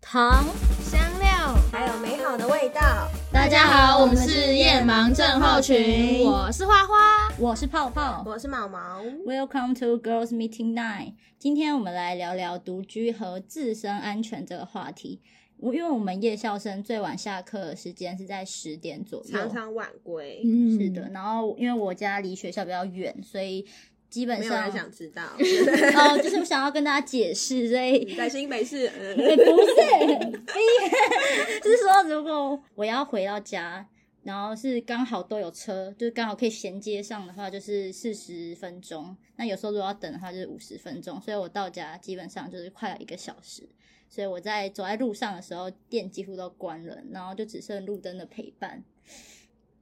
糖。香料。还有美好的味道。大家好，我们是夜盲症候群，我是花花，我是泡泡。我是毛毛， Welcome to Girls Meeting Night。今天我们来聊聊独居和自身安全这个话题。因为我们夜校生最晚下课的时间是在十点左右，常常晚归，嗯是的。，然后因为我家离学校比较远，所以基本没有人上想知道。 哦，就是我想要跟大家解释，所以你在新北市，欸、嗯不是， 就是说如果我要回到家，然后是刚好都有车，就是刚好可以衔接上的话，就是四十分钟。那有时候如果要等的话，就是五十分钟。所以我到家基本上就是快要一个小时。所以我在走在路上的时候，店几乎都关了，然后就只剩路灯的陪伴。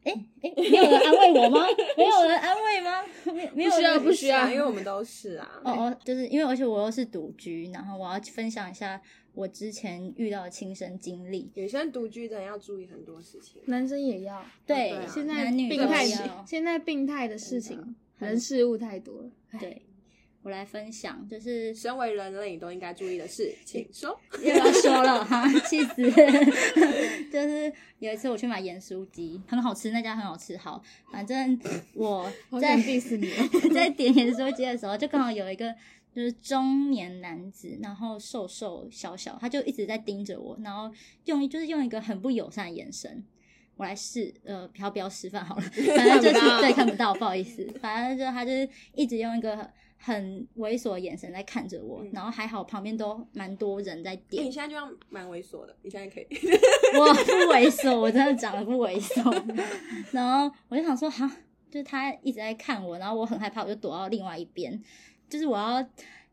哎、哎、没有人安慰我吗？没有人安慰吗？没没有 不需要人不需要因为我们都是啊。哦哦，就是因为而且我又是独居，然后我要分享一下我之前遇到的亲身经哦历。女生独居真的要注意很多事情，男生也要。对，对啊现在男女病态都的要现在病态的事情，人事物太多了。对，我来分享，就是身为人类你都应该注意的事，请说。又要说了 哈，气死！就是有一次我去买盐酥鸡，很好吃，那家很好吃。好，反正我好在想 diss 你哦 在点盐酥鸡的时候，就刚好有一个就是中年男子，然后瘦瘦小小，他就一直在盯着我，然后用就是用一个很不友善的眼神。我来试，呃，不要不要示范好了，反正就是对看不到，不 好意思，反正就是他就是一直用一个很很猥琐的眼神在看着我，然后还好旁边都蛮多人在欸点你，现在就要蛮猥琐的，你现在可以。我不猥琐，我真的长得不猥琐。然后我就想说，哈，就是他一直在看我，然后我很害怕，我就躲到另外一边，就是我要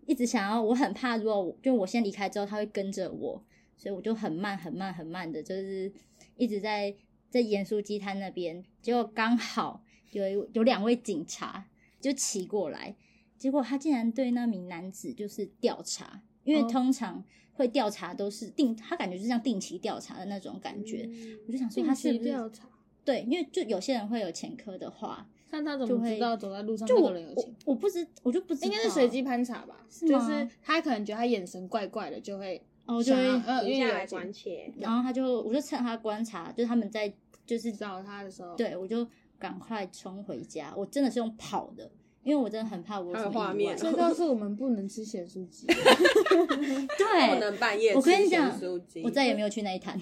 一直想要，我很怕，如果我就我先离开之后，他会跟着我，所以我就很慢、很慢、很慢的，就是一直在在盐酥鸡摊那边，结果刚好有一有两位警察就骑过来，结果他竟然对那名男子就是调查，因为哦通常会调查都是定，他感觉就像定期调查的那种感觉。我就想说嗯定他是期不调是查，对，因为就有些人会有前科的话，看他怎就么会知道走在路上就哦那我个人有我钱。我不知我就不知道，应该是随机攀查吧，是就吗是他可能觉得他眼神怪怪的，就会哦就会想要呃，停因嗯为下有来钱关切，然后他就我就趁他观察，就是他们在就是找他的时候，， 对我就赶快冲回家，我真的是用跑的，因为我真的很怕我有还什有么画意外面。这告诉我们不能吃咸酥 鸡， 不对，能半夜我吃跟你咸讲酥鸡，我再也没有去那一摊。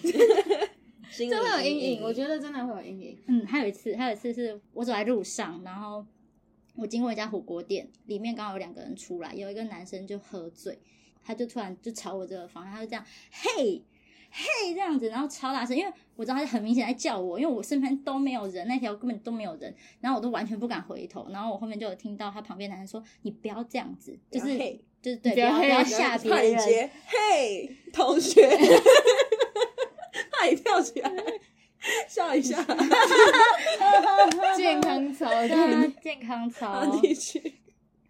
心理这会有阴影，我觉得真的会有阴影。嗯，还有一次，还有一次是我走在路上，然后我经过一家火锅店，里面刚好有两个人出来，有一个男生就喝醉，他就突然就朝我这个方向，他就这样嘿。嘿，这样子，然后超大声，因为我知道他很明显在叫我，因为我身边都没有人，那条根本都没有人，然后我都完全不敢回头，然后我后面就有听到他旁边男生说：“你不要这样子，就不是要嘿就是对，不你不要要不嘿要你吓别怕你人，接，嘿，同学，怕你跳起来，笑一下， 健 康操，对啊，健康操 好，，继续。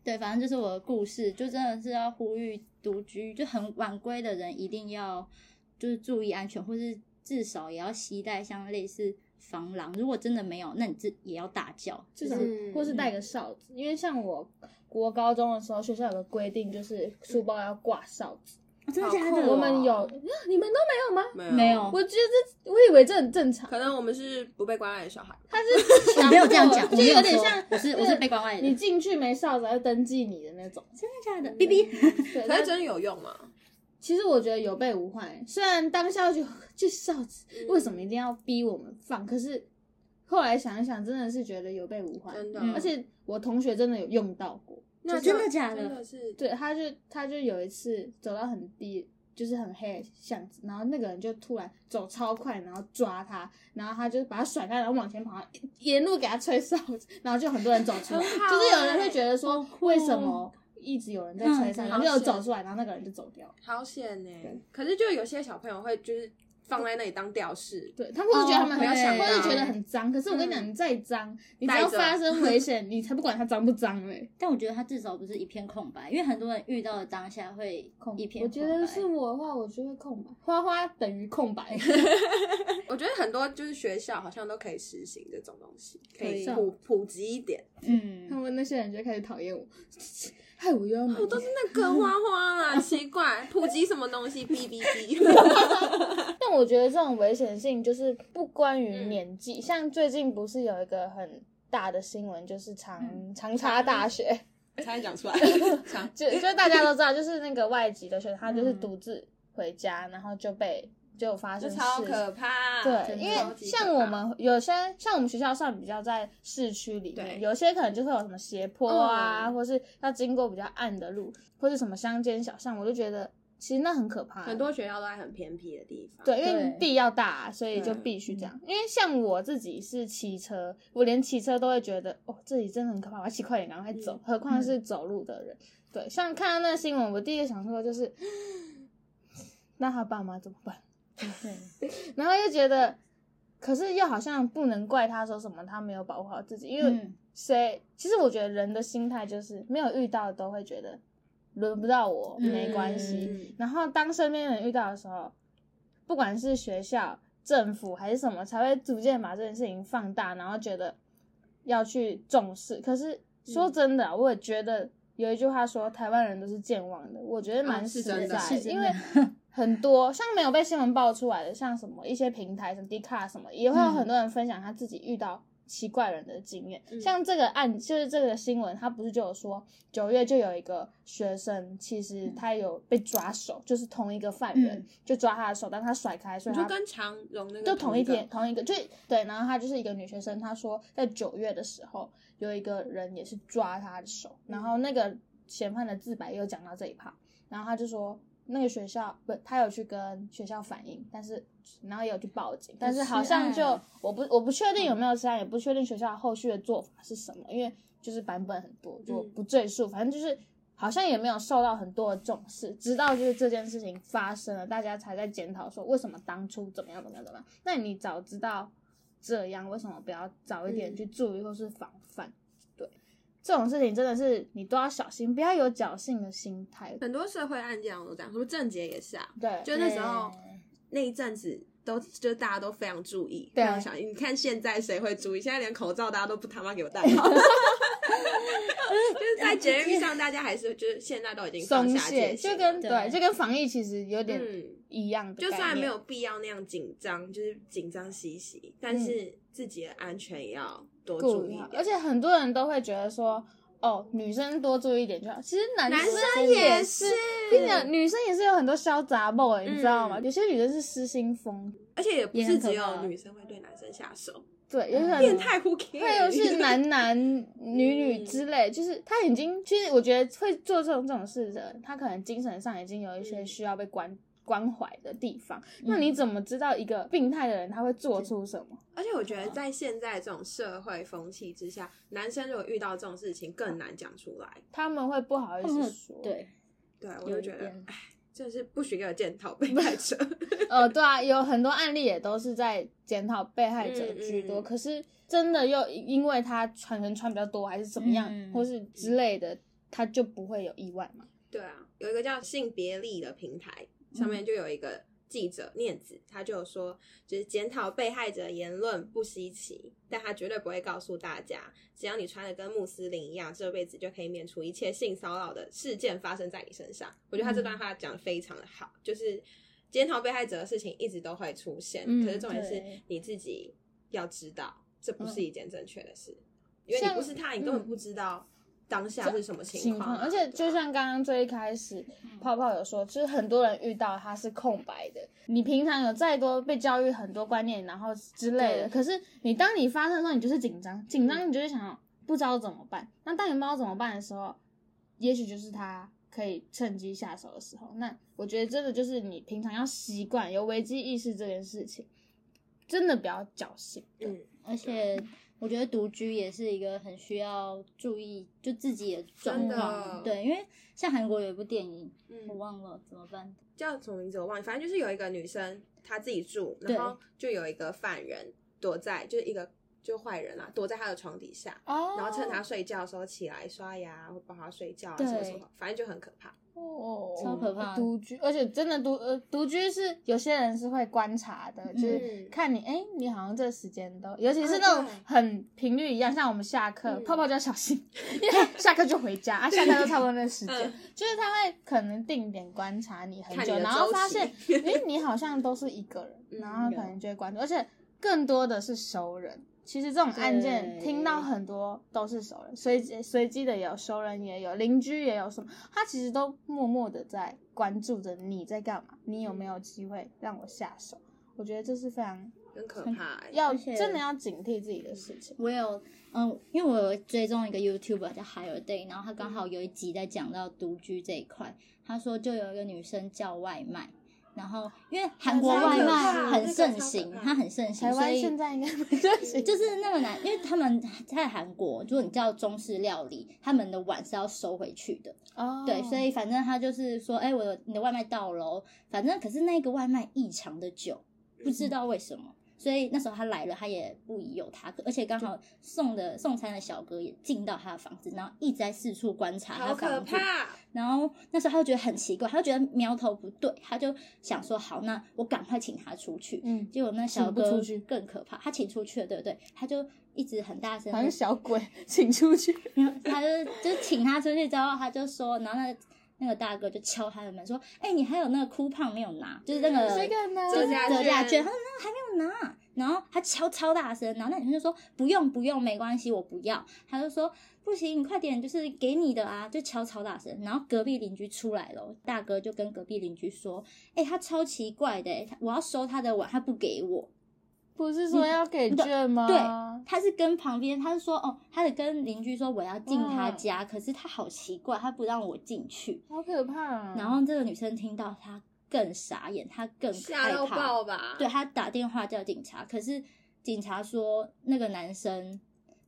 对，反正就是我的故事，就真的是要呼吁独居就很晚归的人一定要就是注意安全，或是至少也要携带像类似防狼。如果真的没有，那你这也要大叫，至就少是嗯或是带个哨子，因为像我国高中的时候，学校有个规定，就是书包要挂哨子。哦真的好假酷的？哦我们有，啊你们都没有吗？没没有我觉得这我以为这很正常可。能我们是不被关爱的小孩，他 是我强没有这样讲，我迫就没有有点说像我是我那是个被关爱的，你进去没哨子，他就登记你的 那种。真的假的？B B，对，可但是真的有用啊吗？其实我觉得有备无患欸。虽然当下就就哨子嗯为什么一定要逼我们放，可是后来想一想，真的是觉得有备无患。真的，嗯而且我同学真的有用到过，那真的假的真的是对，他就他就有一次走到很低，就是很黑的巷子，然后那个人就突然走超快，然后抓他，然后他就把他甩开，然后往前跑，一沿路给他吹哨子，然后就很多人走出来，很好就是有人欸会觉得说酷为什么一直有人在吹嗯哨，真然后的就是走出来，然后那个人就走掉了。好险呢对。可是就有些小朋友会就是放在那里当吊饰，对他们会觉得他们哦很对或者觉得很脏，可是我跟你讲，你再脏，你只要带着发生危险，你才不管它脏不脏嘞。但我觉得他至少不是一片空白，因为很多人遇到的当下会 一片我空觉得白。是我的话，我就会空白，花花等于空白。我觉得很多就是学校好像都可以实行这种东西，可以可以普普及一点。嗯他，们那些人就开始讨厌我，害我又要买。哦我都是那个花花啦，奇怪，普及什么东西？哔哔哔。但我觉得这种危险性就是不关于嗯年纪，像最近不是有一个很大的新闻，就是长、嗯长沙大学， 差点讲出来，长就就大家都知道，就是那个外籍的学生，他就是嗯独自回家，然后就被就发这生超事可怕。啊对，真的因为超级可像我怕们有些像我们学校算比较在市区里面，对有些可能就会有什么斜坡啊，嗯或是要经过比较暗的路，或是什么乡间小巷，我就觉得其实那很可怕。很多学校都在很偏僻的地方。对，因为对嗯地要大，所以就对必须这样。因为像我自己是骑车，我连骑车都会觉得哦，这里真的很可怕，我要骑快点，赶快嗯走。何况是走路的人，对，像看到那新闻，我第一个想说的就是，那他爸妈怎么办？ 对， 然后又觉得，可是又好像不能怪他说什么，他没有保护好自己，因为嗯，谁？其实我觉得人的心态就是没有遇到都会觉得轮不到我，嗯没关系。嗯然后当身边人遇到的时候，不管是学校、政府还是什么，才会逐渐把这件事情放大，然后觉得要去重视。可是说真的啊，我也觉得。有一句话说台湾人都是健忘的，我觉得蛮哦是实真在的是真的因 为很多像没有被新闻爆出来的，像什么一些平台，什么 d 卡什么，也会有嗯很多人分享他自己遇到奇怪人的经验。嗯像这个案，就是这个新闻，他不是就有说九月就有一个学生，其实嗯他有被抓手，就是同一个犯人、嗯就抓他的手，但他甩开，所你以就他跟长荣那个就同一一个天，同一个，就对。然后她就是一个女学生，她说在九月的时候有一个人也是抓她的手，然后嗯那个嫌犯的自白也有讲到这一趴，然后她就说那个学校不，她有去跟学校反映，但是然后也有去报警，但是好像吃就案我不我不确嗯定有没有吃案，也不确定学校后续的做法是什么，因为就是版本很多，就嗯不赘述，反正就是。好像也没有受到很多的重视，直到就是这件事情发生了，大家才在检讨说为什么当初怎么样怎么样怎么样。那你早知道这样，为什么不要早一点嗯去注意或是防范？对，这种事情真的是你都要小心，不要有侥幸的心态。很多社会案件我都这样，什么郑杰也是啊，对，就那时候那一阵子都就大家都非常注意，对非常小心。你看现在谁会注意？现在连口罩大家都不他妈给我戴 好，就是在节目上大家还是就是现在都已经放松下戒懈，就心跟了，对对，就跟防疫其实有点嗯。一样的概就念，虽然没有必要那样紧张，就是紧张兮兮，但是自己的安全也要多嗯顾注意虑一好，点。而且很多人都会觉得说。哦，女生多注意一点就好。其实男男生生也也是是，跟你讲，女生也是有很多小杂毛、欸，你知道吗？嗯有些女生是失心疯，而且也不也是很可只怕有女生会对男生下手，对，有些人嗯变态嗯 who c 会有是男男 女女之类，就是他已经，其实我觉得会做这种这种事的人，他可能精神上已经有一些嗯需要被关关怀的地方。那你怎么知道一个病态的人他会做出什么？而且我觉得在现在这种社会风气之下，男生如果遇到这种事情更难讲出来。他们会不好意他们思会说，，对，对，我有就一觉得点，哎，真的是不许给我检讨被 害者。呃，对啊，有很多案例也都是在检讨被害者居多，嗯嗯可是真的又因为他传人传比较多，还是怎么样，嗯或是之类的，他就不会有意外嘛？对啊，有一个叫性别力的平台，上嗯面就有一个记者念子，他就有说，就是检讨被害者言论不稀奇，但他绝对不会告诉大家，只要你穿的跟穆斯林一样，这辈子就可以免除一切性骚扰的事件发生在你身上。我觉得他这嗯段话讲得非常的好，就是检讨被害者的事情一直都会出现，嗯可是重点是对你自己要知道，这不是一件正确的事，因为嗯像嗯你不是他，你根本不知道当下是什么情况况，啊，而且对就啊嗯像刚刚最一开始泡泡有说，就是很多人遇到他是空白的，你平常有再多被教育很多观念，然后之类对嗯的，可是你当你发生的时候，你就是紧张，紧张你就会想不知道怎么办。那当你不知道怎么办的时候，也许就是他可以趁机下手的时候。那我觉得真的就是你平常要习惯有危机意识这件事情，真的不要侥幸。嗯。而且我觉得独居也是一个很需要注意，就自己的状真的况。对，因为像韩国有一部电影，我嗯，忘了怎么办。叫什么名字我忘记，反正就是有一个女生她自己住，然后就有一个犯人躲在，就是一个就坏人啊，躲在他的床底下，哦，然后趁他睡觉的时候起来刷牙，或抱他睡觉啊，什么什么，反正就很可怕。哦超可怕的独居，而且真的独呃独居是有些人是会观察的，就是嗯看你哎、诶你好像这时间都，尤其是啊那种对很频率一样，像我们下课、嗯泡泡就要小心，因为下课就回家啊，下课都差不多那时间，嗯就是他会可能定点观察你很看你久，的然后周发期 现哎你好像都是一个人，嗯然后可能就会关注，而且更多的是熟人。其实这种案件对听到很多都是熟人，随机随机的也有，熟人也有，邻居也有，什么他其实都默默的在关注着你在干嘛，你有没嗯有机会让我下手？我觉得这是非常很可怕、欸。要而且真的要警惕自己的事情。我有，嗯，因为我有追踪一个 YouTuber 叫 Higher Day，然后他刚嗯好有一集在讲到独居这一块，他说就有一个女生叫外卖，然后因为韩国超外卖可怕那很个盛超可行，怕它很盛行，台所湾以 现在应该不就行，就是那个男，因为他们在韩国，如果你叫中式料理，他们的碗是要收回去的。哦对，所以反正他就是说，哎、我的你的外卖到了哦，反正可是那个外卖异常的久，不嗯知道为什么。所以那时候他来了，他也不疑有他，而且刚好送的送餐的小哥也进到他的房子，然后一直在四处观察他好可房子。怕！然后那时候他就觉得很奇怪，他就觉得苗头不对，他就想说，好，那我赶快请他出去。嗯，结果那小请不哥出去更可怕，他请出去了，对不对？他就一直很大声好地，像小鬼，请出去。然后他就就请他出去之后，他就说，然后那个那个大哥就敲他的门说：“哎、你还有那个哭胖没有拿？就是那个这个呢？呃就是嗯折价折价嗯券券。”他说：“那个还没有拿。”然后他敲超大声，然后那女生就说：“不用不用，没关系，我不要。”他就说：“不行，你快点，就是给你的啊！”就敲超大声。然后隔壁邻居出来了，大哥就跟隔壁邻居说：“哎、他超奇怪的、他我要收他的碗，他不给我。”不是说要给券吗？对他是跟旁边，他是说哦，他是跟邻居说我要进他嗯家，可是他好奇怪，他不让我进去。好可怕嗯啊！然后这个女生听到，她更傻眼，她更吓害到怕。爆吧？对，她打电话叫警察，可是警察说那个男生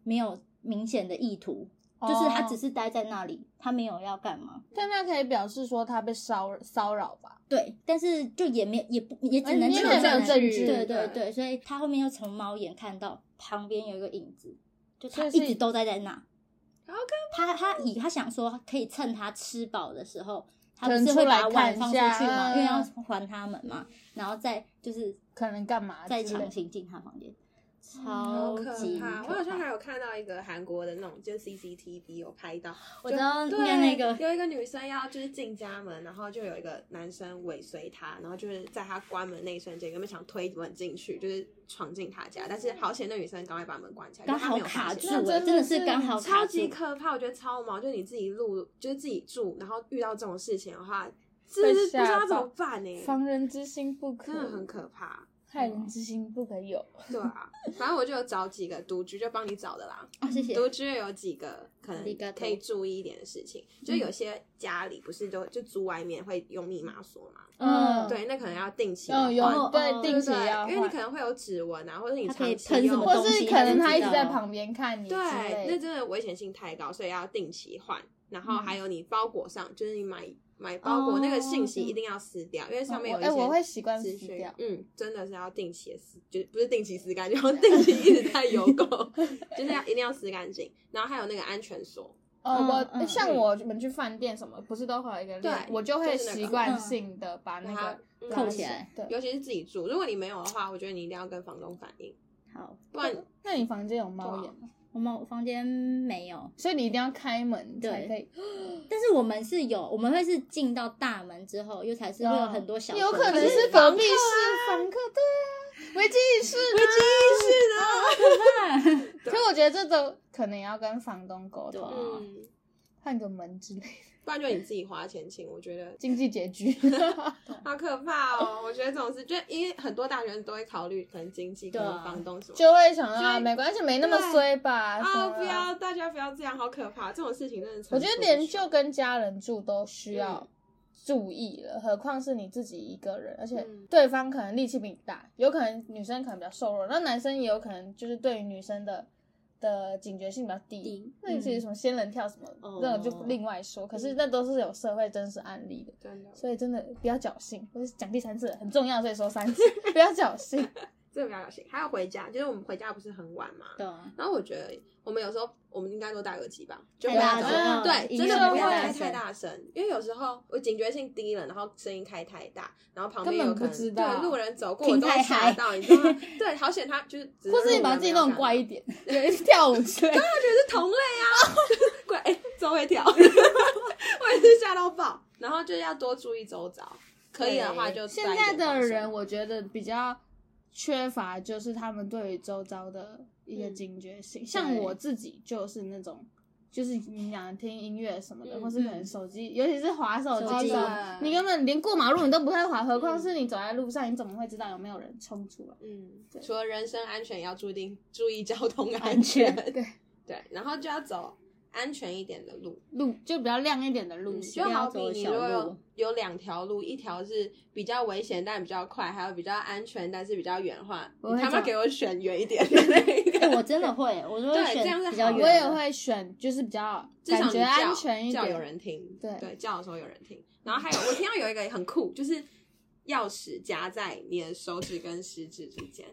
没有明显的意图，就是他只哦，是待在那里，他没有要干嘛。但他可以表示说他被骚骚扰吧？对，但是就也没有，也不也只哎能你这也个没有男证据嗯对对对对，所以他后面又从猫眼看到旁边有一个影子，就所他以是一直都待在那。好可他他以他想说可以趁他吃饱的时候，他可不能是出会来把看碗一放出下去嘛，嗯因为要还他们嘛，然后再就是可能干嘛再之类强行进他房间，嗯好超级可可怕！怕我好像还有看到一个韩国的那种，就是 CCTV 有拍到，我知道对念那个有一个女生要就是进家门，然后就有一个男生尾随她，然后就是在她关门那一瞬间，根本想推门进去，就是闯进她家，但是好险那女生赶快把门关起来，刚就她好没有发卡现住那了，真的真的是是刚好卡超住级可怕，我觉得超毛。就你自己路，就是自己住，然后遇到这种事情的话，真的是不知道怎么办呢、防人之心不可真的很可怕。害人之心不可有。对啊，反正我就有找几个独居，就帮你找的啦。啊！谢谢。独居有几个可あり能がとう可以注意一点的事情，就嗯有些家里不是都就租外面会用密码锁嘛？嗯对，那可能要定期嗯，有换哦对哦对定不期对要，因为你可换，能会有指纹啊，或者你它长可以期喷用什么或东是西可能你他知一直在道旁边看你之对，那类的。真的危险性太高，啊所以要定期换。然后还有你包裹嗯上，就是你买买包裹、哦那个信息嗯一定要撕掉，因为上面有我一哎，我些会习惯资撕讯掉。。嗯，真的是要定期的撕，就不是定期撕干净，然后定期一直在邮 购，就是要一定要撕干净。然后还有那个安全锁，呃，嗯我、嗯像嗯我们去饭店什么，不是都会有一个链对我就会就是那个习惯性的把那把它嗯个嗯扣起来。对，尤其是自己住，如果你没有的话，我觉得你一定要跟房东反映，好，不 然那你房间有猫眼吗？我们房间没有，所以你一定要开门对才可以。但是我们是有，我们会是进到大门之后，又才是会有很多小狗，啊有可能就是啊隔壁是房客，对啊，危机意识，危啊 机意识的。可是我觉得这都可能要跟房东沟对通，啊嗯，换个门之类的，不然就你自己花钱请，我觉得经济 拮据。好可怕哦。我觉得这种事，就因为很多大学生都会考虑可能经济跟对啊房东什么的。就会想所啊，以没关系，没那么对衰吧。什啊、么的不要，大家不要这样，好可怕！这种事情真的层我出觉不得穷，连就跟家人住都需要嗯注意了，何况是你自己一个人，而且嗯对方可能力气比你大，有可能女生可能比较瘦弱，那男生也有可能就是对于女生的的警觉性比较低低。那你其嗯实什么仙人跳什么哦那种就另外说，可是那都是有社会真实案例的。真的 所以真的不要侥幸，我是讲第三次了很重要，所以说三次，不要侥幸。这个比较有心。还有回家，就是我们回家不是很晚嘛，对啊，然后我觉得我们有时候我们应该都戴耳机吧，就太不要大走声了对，音真乐的不会要太开太大大声，因为有时候我警觉性低了，然后声音开太大，然后旁边根有本可不知能道对路人走过，听我都会太吓嗨到，你知道吗？ 对，好险他就是，或是你把自己弄乖一 点，有一跳舞之类的。我觉得是同类啊， 乖，哎，周会跳， 我也是吓到爆，然后就要多注意周遭，可以的话就现戴一在点的防人，身我觉得比较缺乏就是他们对于周遭的一个嗯警觉性。像对我自己就是那种，就是你想听音乐什么的，嗯或是可能手机，尤其是滑手手机机，你根本连过马路你都不会滑，何况是你走在路上，你怎么会知道有没有人冲出 来？嗯对，除了人身安全，也要注定注意交通安安全对 对，然后就要走安全一点的路，路就比较亮一点的路嗯线，就不要好比走你小如果路有有两条路，一条是比较危险但比较快，还有比较安全但是比较远的话，我会你他妈走给我选远一点的那一哎， 个，我真的会，我就会对这样是选比较好远的的，我也会选就是比较 至少感你觉叫安全一叫点。有人听，对对，叫的时候有人听。然后还有，我听到有一个很酷，就是钥匙夹在你的手指跟食指之间，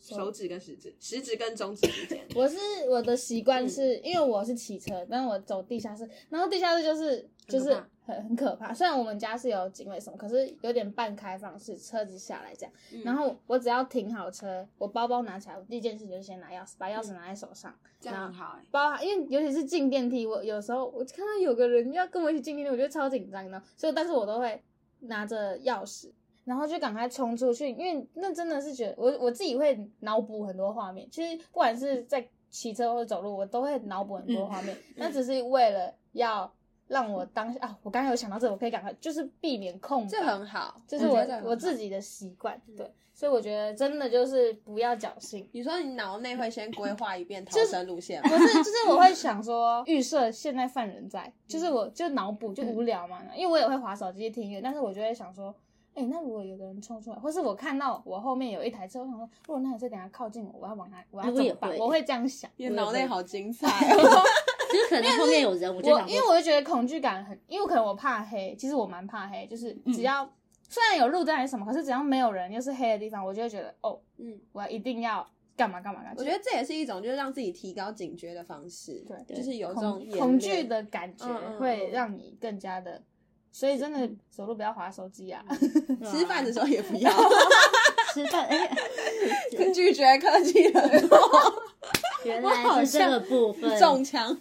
手指跟食指，食指跟中指之 间。我是我的习惯是、嗯因为我是骑车，但我走地下室，然后地下室就是很可怕就是很很可怕。虽然我们家是有警卫什么，可是有点半开放式，车子下来这样。嗯然后我只要停好车，我包包拿起来，我第一件事就是先拿钥匙，把钥匙拿在手上。这样很好哎、包含因为尤其是进电梯，我有时候我看到有个人要跟我一起进电梯，我觉得超紧张的，所以但是我都会拿着钥匙，然后就赶快冲出去，因为那真的是觉得我我自己会脑补很多画面，其实不管是在骑车或者走路，我都会脑补很多画面，嗯那只是为了要让我当下啊，我刚才有想到这，我可以赶快就是避免空白这很好，这是我觉得这很我好嗯自己的习惯，对，所以我觉得真的就是不要侥幸。你说你脑内会先规划一遍逃生路线不吗？是，就是我会想说，预设现在犯人在，就是我就脑补就无聊嘛，因为我也会划手机听音乐，但是我就会想说，哎、那如果有个人冲出来，或是我看到我后面有一台车，我想说，如果那台车等下靠近我，我要往哪，我要我怎么也办？会我会这样想，你的脑内好精彩、 哦，就是可能后面有人，我我就想因为说我就觉得恐惧感很，因为可能我怕黑，其实我蛮怕黑，就是嗯只要、虽然有路灯还是什么，可是只要没有人又是黑的地方，我就会觉得哦，嗯，我一定要干嘛干嘛干嘛，我觉得这也是一种就是让自己提高警觉的方式，对就是有这种恐演练恐惧的感觉嗯嗯嗯会让你更加的，所以真的走路不要滑手机嗯啊！吃饭的时候也不要 吃饭，哎，拒绝科技冷漠，原我好来是这像个部分。中枪。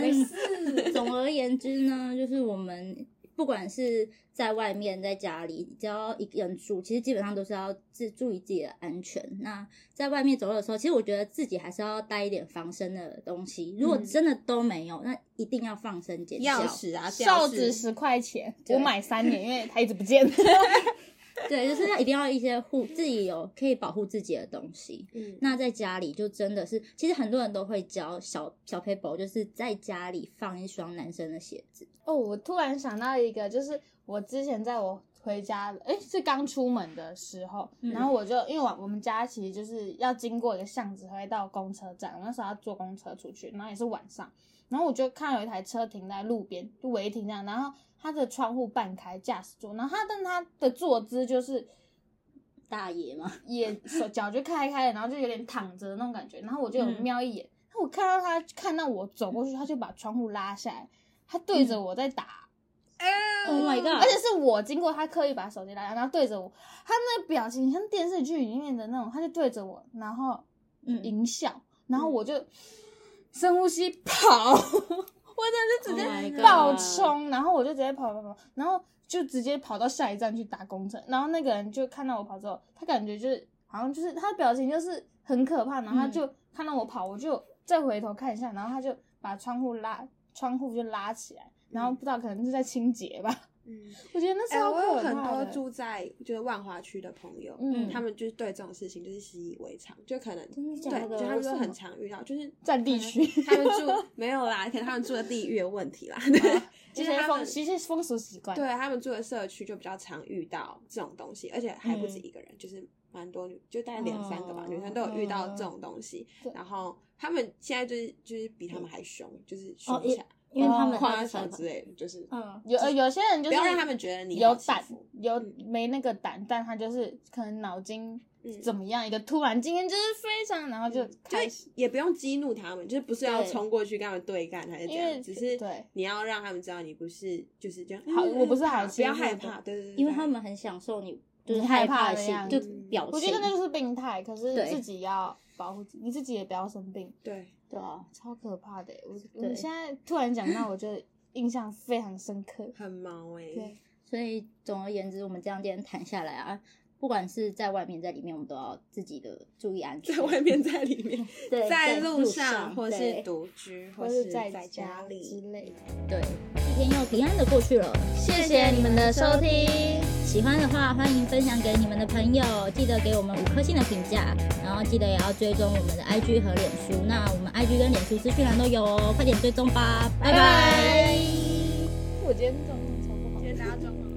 没事。总而言之呢，就是我们不管是在外面，在家里，只要一个人住，其实基本上都是要自注意自己的安全。那在外面走路的时候，其实我觉得自己还是要带一点防身的东西。如果真的都没有，那一定要放声尖叫钥。匙 啊，哨吊子饰十块钱，对我买三年，因为它一直 不见。 对，就是要一定要一些护自己有可以保护自己的东西。嗯那在家里就真的是，其实很多人都会教小小 paper，就是在家里放一双男生的鞋子。哦，我突然想到一个，就是我之前在我回家，哎，是刚出门的时候，嗯然后我就因为我我们家其实就是要经过一个巷子才会到公车站，我那时候要坐公车出去，然后也是晚上，然后我就看到有一台车停在路边，就违停这样，然后它的窗户半开，驾驶座，然后它但它的坐姿就是大爷嘛，也手脚就开开了，然后就有点躺着的那种感觉，然后我就有嗯瞄一眼，然后我看到他看到我走过去，他就把窗户拉下来，他对着我在打。嗯 Oh my god 而且是我经过，他刻意把手机拉下，然后对着我，他那个表情像电视剧里面的那种，他就对着我，然后嗯，淫笑，然后我就深呼吸跑，我 Oh 真的是 my 直 god 接暴冲然后我就直接跑跑跑，然后就直接跑到下一站去打工程，然后那个人就看到我跑之后，他感觉就是好像就是他的表情就是很可怕，然后他嗯就看到我跑，我就再回头看一下，然后他就把窗户拉窗户就拉起来，然后不知道可能是在清洁吧， 嗯，我觉得那哎、超我有可很怕多的。住在就是万华区的朋友，嗯他们就是对这种事情就是习以为常，就可能真的假对，的就他们为说什很么常遇到，就是占地区可能他们住 没有啦，可能他们住的地域的问题 啦，对，这就是些他风，们一些风俗习惯。对他们住的社区就比较常遇到这种东西，而且还不止嗯一个人，就是蛮多女，就大概两三个吧，女生都有哦遇到这种东西对，嗯然后他们现在就是就是比他们还凶，就是凶哦起来，因为他们夸张之类的，就是嗯，有呃有些人就是不要让他们觉得你有好欺胆负有嗯没那个胆，但他就是可能脑筋嗯怎么样一个突然，今天就是非常，然后就开对始，也不用激怒他们，就是不是要对冲过去跟他们对干还是怎因为样，只是对你要让他们知道你不是就是这样。好嗯我不是好不要欺负害的怕，对对对，因为对他们很享受你就是你害害怕怕的的心，样就子表情。我觉得那就是病态，可是对自己要保护自己，你自己也不要生病，对对啊，超可怕的欸。我我对们现在突然讲到，我就印象非常深 刻。很毛哎、对，所以总而言之，我们这样今天谈下来啊，不管是在外面在里面，我们都要自己的注意安全。在外面，在里面，对，在路路上，或是对独居，或是是在家之里。类的。对，一天又平安的过去了。谢谢你们的收听，喜欢的话欢迎分享给你们的朋友，记得给我们五颗星的评价，然后记得也要追踪我们的 IG 和脸书。那我们 IG 跟脸书资讯栏都有哦，快点追踪吧，拜拜我今天状况超不好。大家装好。